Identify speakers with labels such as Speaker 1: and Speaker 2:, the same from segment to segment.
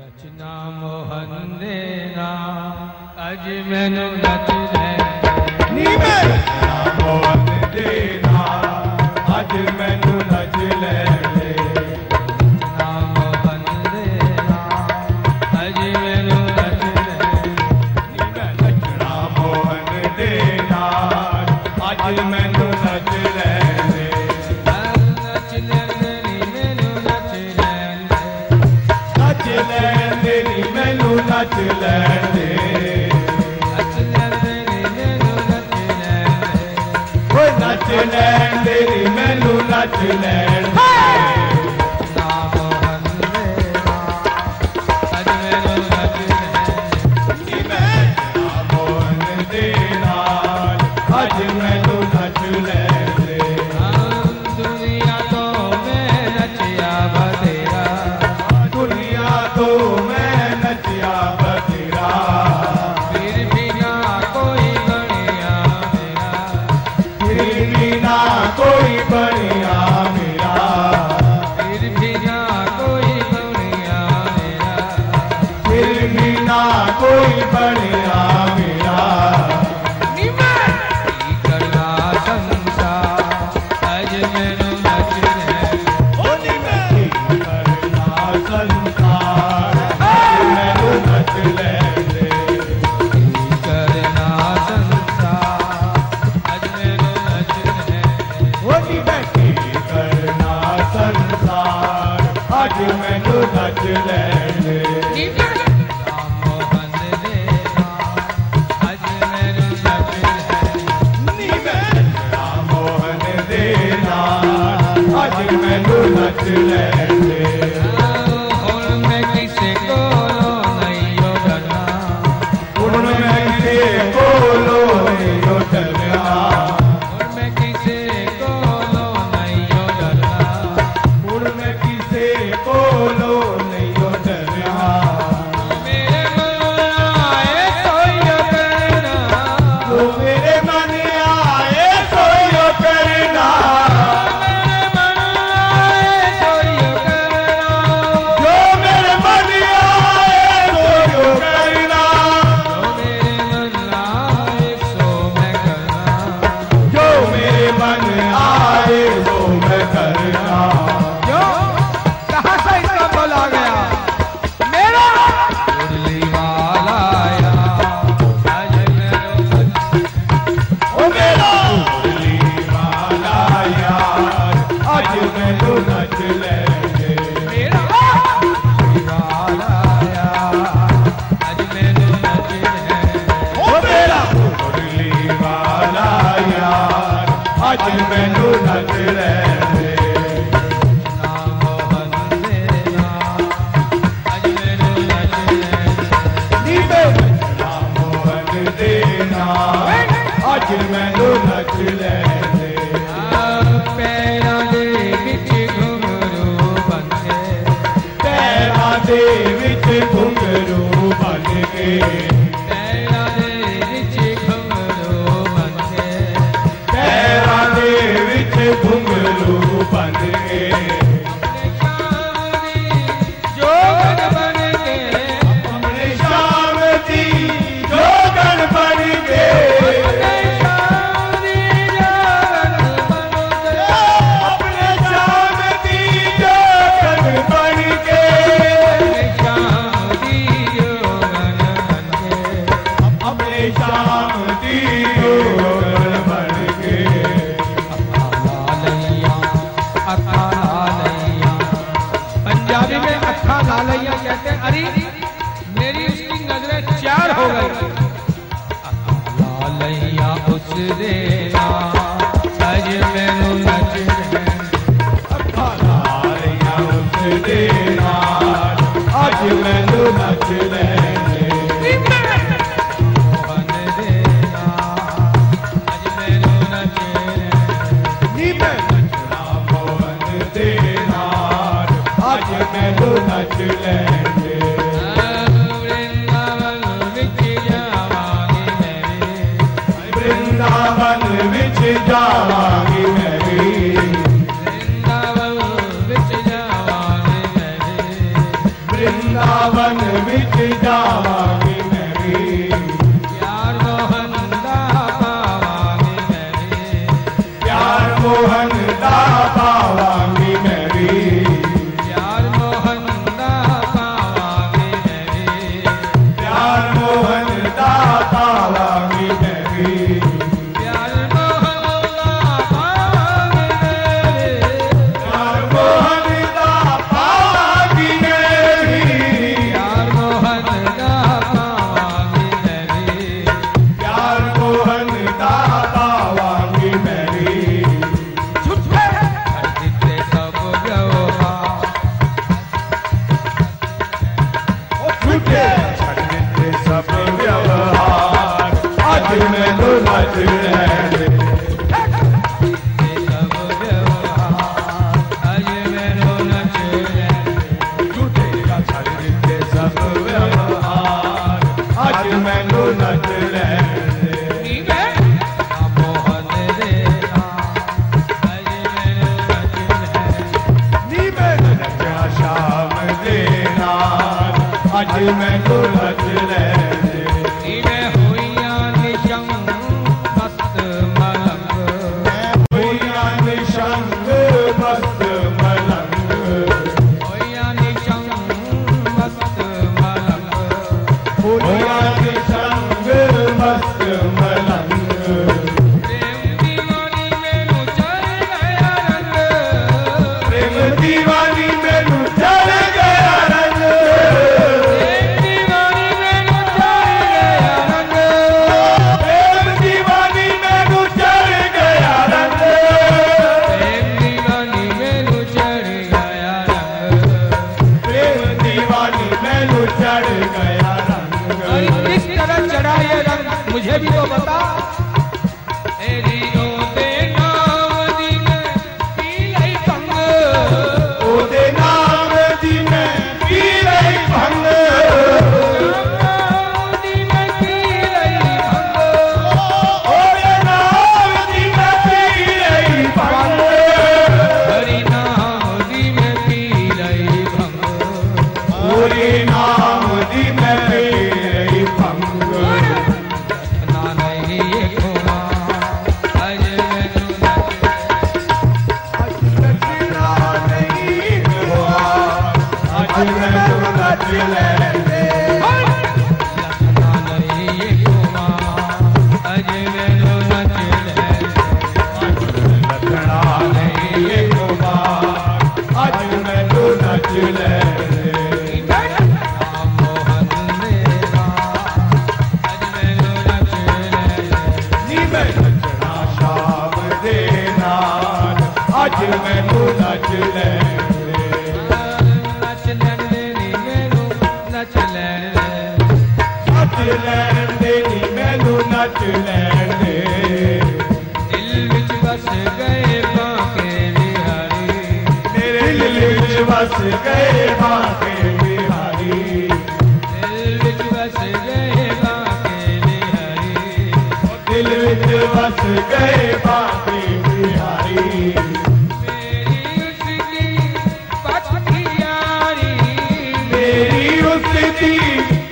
Speaker 1: ਰਚਨਾ ਮੋਹਨ ਦੇ ਨਾਮ ਅਜ ਮੈਨੂੰ ਨੱਚ ਲੈ
Speaker 2: ਨੀਵੇਂ
Speaker 3: ਮੋਹਨ ਦੇ ਨਾਲ ਅੱਜ ਮੈਨੂੰ ਨੱਚ ਲੈ ਲੈ
Speaker 1: ਨਾਮ ਮੋਹਨ ਦੇ ਨਾਮ ਅਜ ਮੈਨੂੰ ਨੱਚ ਲੈ
Speaker 3: ਨੀ ਮੈਂ ਨੱਚਣਾ ਮੋਹਨ ਦੇ ਨਾਲ ਅੱਜ ਮੈਨੂੰ ਨੱਚ ਲੈ ਲੈ
Speaker 1: ਹਰ ਨੱਚ ਲੈਂਦੇ ਨੀ ਮੈਨੂੰ ਨੱਚ ਲੈਂਦੇ
Speaker 3: ਨੱਚ ਲੈਣ ਦੇ ਨੀ ਮੈਨੂੰ ਨੱਚ ਲੈਣ ਦੇ
Speaker 1: ਨੱਚ ਲੈਂਦੇ ਨੀ ਮੈਨੂੰ ਨੱਚ ਲੈਂਦੇ
Speaker 3: ਓਏ ਨੱਚ ਲੈਣ ਦੇ ਨੀ ਮੈਨੂੰ ਨੱਚ ਲੈਣ ਦੇ
Speaker 1: ਨਾਮ ਮੋਹਨ ਦੇ ਨਾਮ ਅਜ ਮੈਨੂੰ ਨੱਚ ਲੈ
Speaker 3: ਨੀ ਮੈਂ ਨਾ ਮੋਹਨ ਦੇ ਨਾਲ ਅੱਜ ਮੈਨੂੰ ਨੱਚ ਲੈ ਲੈ
Speaker 1: ਆਮ ਦੁਨੀਆ ਤੋਂ ਮੈਂ ਰਚਿਆ ਬਤੇਰਾ
Speaker 3: ਦੁਨੀਆ ਤੋਂ ਮੈਂ ਨੱਚਿਆ ਬਥੇਰਾ
Speaker 1: ਫਿਰ ਵੀ ਨਾ ਕੋਈ ਬਣਿਆ ਮੇਰਾ
Speaker 3: ਤੇਰੀ ਬਿਨਾ ਕੋਈ ਬਣਿਆ ਮੇਰਾ
Speaker 1: ਫਿਰ ਵੀ ਨਾ ਕੋਈ ਬਣਿਆ ਮੇਰਾ
Speaker 3: ਤੇਰੀ ਬਿਨਾ ਕੋਈ ਬਣਿਆ ਮੇਰਾ
Speaker 1: ਕੀ ਕਰਦਾ ਸੰਸਾਰ ਅਜ ਮੈਨੂੰ ਨੱਚ ਰਿਹਾ
Speaker 3: ਉਹ ਨਹੀਂ ਮੈਂ ਕਰਨਾ ਸੰਸਾਰ ਅੱਜ ਮੈਨੂੰ ਨੱਚ ਲੈ ਲੈ
Speaker 1: ਕੀ ਕਰਨਾ ਸੰਸਾਰ ਅਜ ਮੈਨੂੰ ਨੱਚ ਰਿਹਾ
Speaker 3: ਉਹ ਨਹੀਂ ਮੈਂ ਕਰਨਾ ਸੰਸਾਰ ਅੱਜ ਮੈਨੂੰ ਨੱਚ ਲੈ ਲੈ
Speaker 1: ਰਾਮ ਮੋਹਨ ਦੇ ਨਾਮ ਅਜ ਮੈਨੂੰ ਨੱਚ ਰਿਹਾ
Speaker 3: ਨੀ ਮੈਂ ਰਾਮ ਮੋਹਨ ਦੇ ਨਾਲ ਅੱਜ ਮੈਨੂੰ ਨੱਚ ਲੈਣ ਦੇ
Speaker 1: ਹੁਣ ਮੈਂ ਕਿਸੇ ਕੋਲੋਂ ਨਹੀਂ ਡਰਨਾ
Speaker 3: ਹੁਣ ਮੈਂ ਤੇ ਕੋਲੋਂ ਨਹੀਂ ਉੱਠਿਆ
Speaker 1: ਔਰ ਮੈਂ ਕਿਸੇ ਕੋਲੋਂ ਨਹੀਂ ਡਰਦਾ
Speaker 3: ਹੁਣ ਮੈਂ ਕਿਸੇ ਕੋਲੋਂ ਨਹੀਂ ਉੱਠਿਆ
Speaker 1: ਮੇਰੇ ਮਨ ਆਏ ਕੋਈ ਅਪਣਾ
Speaker 3: ਤੂੰ ਮੇਰੇ ਮਨ ਆਏ ਕੋਈ ਓ ਕਰਨਾ
Speaker 1: ਮੇਰੇ ਮਨ ਆਏ ਕੋਈ ਅਪਣਾ
Speaker 3: ਜੋ ਮੇਰੇ ਮਨ ਆਏ ਕੋਈ ਓ ਕਰਨਾ
Speaker 1: ਮੇਰੇ ਮਨ ਆਏ ਸੋ ਮੈਂ ਕਰਨਾ
Speaker 3: ਜੋ ਮੇਰੇ ਮਨ ਆਏ ਉਹ ਮੈਂ ਕਰਨਾ
Speaker 2: ਜੋ ਕਹਾਂ ਸੇ ਇਸਕਾ ਬੋਲਾ ਗਿਆ ਮੇਰਾ
Speaker 1: ਉਰਲੀ ਵਾਲਾ ਆਇਆ ਅਜ ਮੈਨੂੰ ਸੱਚ
Speaker 3: ਓ ਮੇਰਾ ਭੋਲੀ ਵਾਲਾ ਯਾਰ, ਅੱਜ ਮੈਨੂੰ ਨੱਚ ਲੈ ਗਏ।
Speaker 1: ਵਾਲਾ ਆਇਆ ਅਜ ਮੈਨੂੰ ਨੱਚ ਹੈ
Speaker 3: ਓ ਮੇਰਾ ਭੋਲੀ ਵਾਲਾ ਯਾਰ, ਅੱਜ ਮੈਨੂੰ ਨੱਚ ਲੈ ਗਏ।
Speaker 1: ਨਾਮ ਮੋਹਨ ਦੇ ਨਾਮ ਅਜ ਮੈਨੂੰ ਨੱਚ ਹੈ
Speaker 3: ਨੀਵੇਂ ਨੱਚਣਾ ਮੋਹਨ ਦੇ ਨਾਲ, ਅੱਜ ਮੈਨੂੰ ਨੱਚ ਲੈ ਗਏ।
Speaker 1: ਪੈਰਾਂ ਦੇ ਵਿੱਚ ਘੁੰਗਰੂ ਬੰਨ੍ਹੇ
Speaker 3: ਪੈਰਾਂ ਦੇ ਵਿੱਚ ਘੁੰਗਰੂ ਬਣ ਕੇ
Speaker 1: ਪੈਰਾਂ ਦੇ ਵਿੱਚ ਘੁੰਗਰੂ ਬੰਨ੍ਹੇ
Speaker 3: ਪੈਰਾਂ ਦੇ ਵਿੱਚ ਘੁੰਗਰੂ ਬਣ ਕੇ
Speaker 1: ਨਿਸ਼ਾਨੀ ਜੋਗਨ ਬਣ ਕੇ
Speaker 3: ਆਪਣੇ ਸ਼ਾਮ ਦੀ ਜੋਗਣ ਬਣ ਗਏ
Speaker 1: ਨਿਸ਼ਾਨੀ ਜੋਗਨ ਬਣ ਕੇ
Speaker 3: ਆਪਣੇ ਸ਼ਾਮ
Speaker 1: ਨਿਸ਼ਾਨ ਦੀ ਜੋਗਨ ਬਣ ਕੇ
Speaker 3: ਦੀ ਜੋਗਣ ਬਣ ਗਏ ਆਪਣੇ ਸ਼ਾਮ ਦੀ ਜੋਗਣ ਬਣ ਗਏ
Speaker 1: ਅੱਖਾਂ ਲਈਆਂ ਅੱਖਾਂ ਲਈਆਂ
Speaker 2: पंजाबी में अखा लालैया कहते हैं अरे
Speaker 1: ਮੇਰੀ ਉਸकी ਨਜ਼ਰ ਚਾਰ ਹੋ ਗਈ ਲਾ ਲਈਆ ਉਸ ਦੇ ਨਾਮ ਅਜ ਮੈਨੂੰ ਨੱਚ ਲੈ
Speaker 3: ਖਾਲਾਰੀਆਂ ਉਸ ਦੇ ਨਾਲ ਅੱਜ ਮੈਨੂੰ ਨੱਚ ਲੈਣੇ
Speaker 1: ਮੋਹਨ ਦੇ ਨਾਮ ਅਜ ਮੈਨੂੰ ਨੱਚ ਲੈ
Speaker 3: ਨੀ ਮੈਂ ਨੱਚਣਾ ਮੋਹਨ ਦੇ ਨਾਲ ਅੱਜ ਮੈਨੂੰ ਨੱਚ ਲੈਣੇ ਵ੍ਰਿੰਦਾਵਨ ਵਿੱਚ ਜਾਵਾਂਗੀ ਮੈਂ ਵੀ
Speaker 1: ਯਾਰ ਮੋਹਨ ਦਾ ਪਾਵਾਂਗੇ ਮੈਂ ਵੇ।
Speaker 3: ਪਿਆਰ ਮੋਹਨ ਦਾ ਪਾਵਾਂਗੀ ਮੈਂ ਵੀ
Speaker 1: ਯਾਰ ਮੋਹਨ ਦਾ ਪਾਵਾਂਗੇ ਮੈਂ ਵੇ।
Speaker 3: ਪਿਆਰ ਮੋਹਨ ਦਾ ਪਾਵਾਂਗੀ ਮੈਂ ਵੀ
Speaker 1: ਯਾਰ ਮੋਹਨ ਦਾ ਪਾਵਾਂਗੇ ਮੈਂ ਵੇ।
Speaker 3: ਪਿਆਰ ਮੋਹਨ ਦਾ ਪਾਵਾਂਗੀ ਮੈਂ ਵੀ
Speaker 1: ਯਾਰ ਮੋਹਨ ਦਾ ਪਾਵਾਂਗੇ ਮੈਂ ਵੇ।
Speaker 3: ਪਿਆਰ ਮੋਹਨ ਦਾ ਪਾਵਾਂਗੀ ਮੈਂ ਵੀ
Speaker 2: छुपे
Speaker 1: ਹਰ ਜਿੱਤੇ ਸਭ ਗਵਾ
Speaker 3: ਛੁੱਟੇ ਛੱਡ ਦਿੱਤੇ ਸਭ ਵਿਵਹਾਰ ਅੱਜ ਮੈਨੂੰ ਨੱਚ ਲੈਣ ਦੇ
Speaker 1: ਤੇ ਸਭ ਗਵਾ ਅਜ ਮੈਨੂੰ ਨਚੇ
Speaker 3: ਝੂਠੇਗਾ ਛੱਡ ਦਿੱਤੇ ਸਭ ਵਿਵਹਾਰ ਅੱਜ ਮੈਨੂੰ ਨੱਚ ਲੈਣ ਦੇ
Speaker 1: ਨੀ ਵੇ ਆ ਮੋਹਨ ਦੇ ਨਾਲ ਅਜ ਮੈਨੂੰ ਨਚੇ
Speaker 3: ਨੀ ਮੈਂ ਨੱਚਿਆ ਸ਼ਾਮ ਦੇ ਨਾਲ ਅੱਜ ਮੈਨੂੰ ਨੱਚ ਲੈਣ ਦੇ
Speaker 1: ਨੀ ਮੈਂ ਹੋਈਆਂ ਨਿਸ਼ਮ ਮਸਤ ਮਲੰਗ
Speaker 3: ਮੈਂ ਹੋਈਆਂ ਨਿਸ਼ੰਗ ਮਸਤ ਮਲੰਗ
Speaker 1: ਹੋਈਆਂ ਨਿਸ਼ਮ ਮਸਤ ਮਲੰਗ
Speaker 3: ਹੋਇਆ ਦੇ ਸੰਗ ਮਸਤ ਮਲੰਗ
Speaker 1: ਪ੍ਰੇਮ ਦੀਵਾਨੀ ਮੈਨੂੰ ਚੜ ਗਿਆ ਰੰਗ
Speaker 3: ਪ੍ਰੇਮ ਦੀਵਾਨੀ ਮੈਨੂੰ ਚੜ ਗਿਆ ਰੰਗ
Speaker 1: ਪ੍ਰੇਮ ਦੀਵਾਨੀ ਮੈਨੂੰ ਚੜ ਗਿਆ ਰੰਗ
Speaker 3: ਪ੍ਰੇਮ ਦੀਵਾਨੀ ਮੈਨੂੰ ਚੜ ਗਿਆ ਰੰਗ
Speaker 1: ਪ੍ਰੇਮ ਦੀਵਾਨੀ ਮੈਨੂੰ ਚੜ ਗਿਆ ਰੰਗ
Speaker 3: ਪ੍ਰੇਮ ਦੀਵਾਨੀ ਮੈਨੂੰ ਚੜ ਗਿਆ
Speaker 2: अरे
Speaker 3: ਰੰਗ
Speaker 2: किस तरह चढ़ा ये रंग मुझे भी तो बता
Speaker 1: ਤੇਰੀ ਉਹਦੇ ਨਾਮ ਦੀ ਮੈਂ ਪੀ ਲਈ ਭੰਗ
Speaker 3: ਉਹਦੇ ਨਾਮ ਦੀ ਮੈਂ ਪੀ ਲਈ ਭੰਗ
Speaker 1: ਨਾਮ ਦੀ ਮੈਂ ਪੀ ਲਈ ਭੰਗ
Speaker 3: ਉਹਦੇ ਨਾਮ ਦੀ ਮੈਂ ਪੀ ਲਈ ਭੰਗ
Speaker 1: ਹਰੀ ਨਾਮ ਦੀ ਮੈਂ ਪੀ ਲਈ ਭੰਗ
Speaker 3: ਹੋਰੀ ਨਾਮ ਦੀ ਮੈਂ ਪੀਰੀ ਭੰਗ
Speaker 1: ਨਾ ਨਹੀਂ ਇਹ ਖੋਵਾ ਅਜ ਮੈਨੂੰ ਨਾ
Speaker 3: ਨੱਚਣਾ ਨਹੀਂ ਗਵਾ ਅੱਜ ਮੈਂ ਤੂੰ ਨੱਚ ਲੈਂਦੇ ਨੱਚਣਾ ਨਹੀਂ ਗਵਾ ਅੱਜ ਮੈਂ ਤੂੰ ਨੱਚ ਲੈਂਦੇ ਨੀ ਮੈਂ ਨੱਚਣਾ ਸ਼ਾਮ ਦੇ ਨਾਲ ਅੱਜ ਮੈਂ ਤੂੰ ਨੱਚ ਲੈਂਦੇ ਨੱਚ ਲੈਂਦੇ ਨੀ ਮੈਨੂੰ ਨੱਚ ਲੈਂਦੇ ਮੇਰੇ ਦਿਲ ਵਿੱਚ ਵਸ ਗਏ ਬਾਕੇ ਬਿਹਾਰੀ ਦਿਲ ਵਿੱਚ ਵਸ ਗਏ ਬਾਕੇ ਬਿਹਾਰੀ ਮੇਰੀ ਉਸ ਦੀ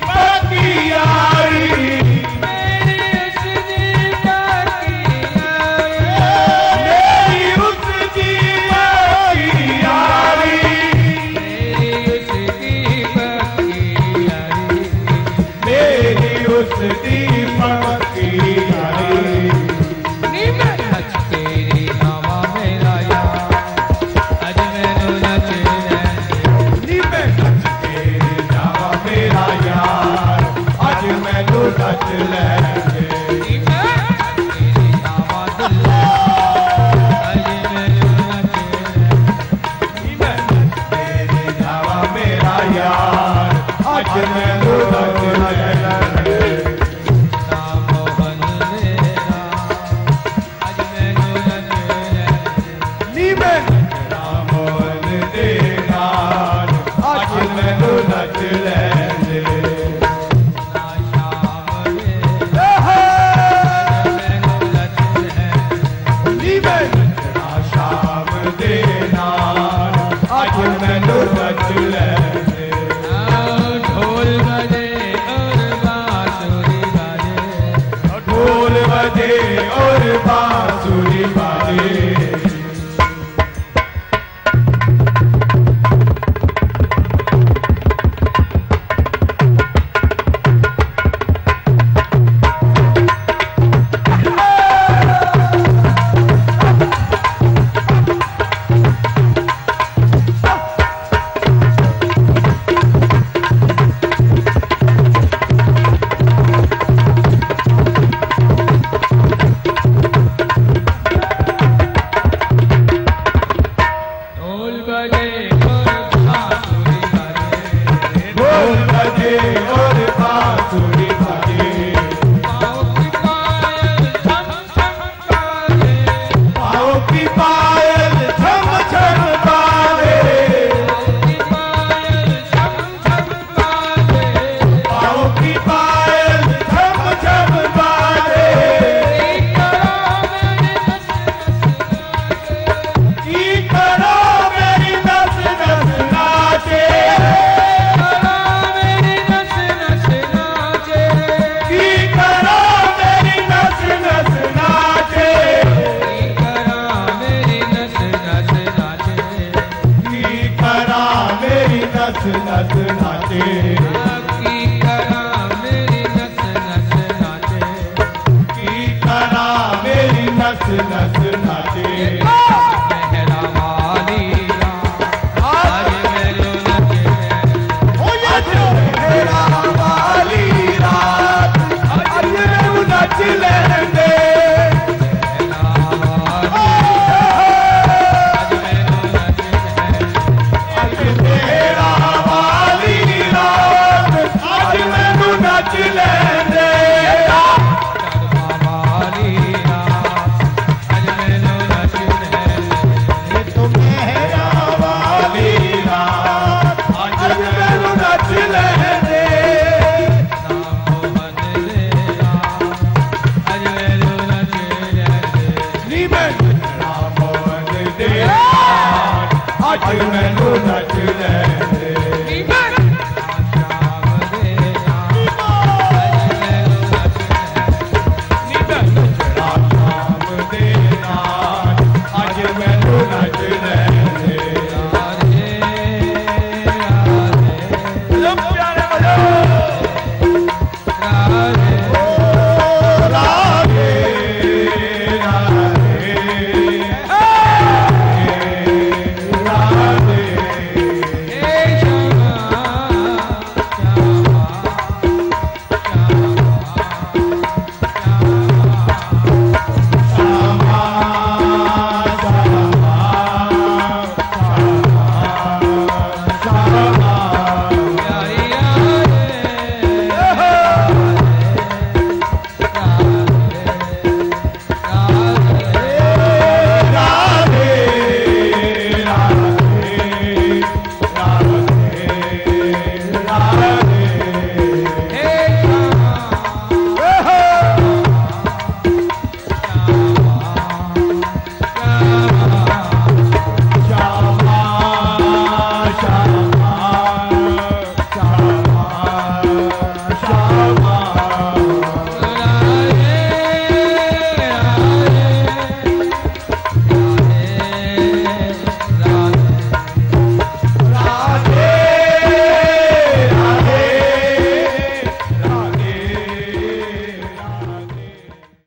Speaker 3: ਬਾਕੀ ਯਾਰੀ ਮੇਰੀ ਉਸ ਦੀ ਬਾਕੀ ਯਾਰੀ ਮੇਰੀ ਉਸ ਦੀ ਬਾਕੀ ਯਾਰੀ ਨੀ ਮੈਂ ਨੱਚ ਕੇ ਜਾਵਾਂ ਮੇਰਾ ਯਾਰ ਅੱਜ ਮੈਨੂੰ ਨੱਚ ਲੈਂਦੇ ਨੀ ਮੈਂ ਨੱਚ ਕੇ ਜਾਵਾਂ ਮੇਰਾ ਯਾਰ ਅੱਜ ਮੈਨੂੰ ਨੱਚ ਲੈਂਦੇ ਨੀ ਮੈਂ ਨੱਚਣਾ ਮੋਹਨ ਦੇ ਨਾਲ ਅੱਜ ਮੈਨੂੰ ਨੱਚ ਲੈਂਦੇ ਨੀ ਮੈਂ ਨੱਚਣਾ ਸ਼ਾਮ ਦੇ ਨਾਲ ਅੱਜ ਮੈਨੂੰ ਨੱਚ ਲੈਂਦੇ
Speaker 1: Ah
Speaker 3: ਔਰ ਬਾਂਸੁਰੀ ਭਜੇ
Speaker 1: ਪਾਉ ਕੀ ਪਾਇਲ ਛਮ ਛਮ ਕਰੇ
Speaker 3: ਪਾਉ ਕੀ ਪਾਇਲ ਛਮ ਛਮ ਪਾਵੇ
Speaker 1: ਪਾਉ ਕੀ ਪਾਇਲ ਛਮ ਛਮ ਕਰੇ
Speaker 3: ਪਾਉ ਕੀ ਪਾਇਲ ਛਮ ਛਮ ਪਾਵੇ
Speaker 1: ਕੀ ਕਰਾਂ ਮੇਰੀ
Speaker 3: ਕੀ ਕਰੋ ਮੇਰੀ ਨਸ ਨਸ ਨਾਚੇ
Speaker 1: ਕਰਾਂ ਮੇਰੀ ਨਸ ਨਸ ਨਾਚੇ
Speaker 3: ਕੀ ਕਰੋ ਮੇਰੀ ਨਸ ਨਸ ਨਾਚੇ
Speaker 1: ਕੀ ਕਰਾਂ ਮੇਰੀ ਨਸ ਨਸ ਨਾਚੇ
Speaker 3: ਕੀ ਕਰਾਂ ਮੇਰੀ ਨਸ ਨਸ ਨਾਚੇ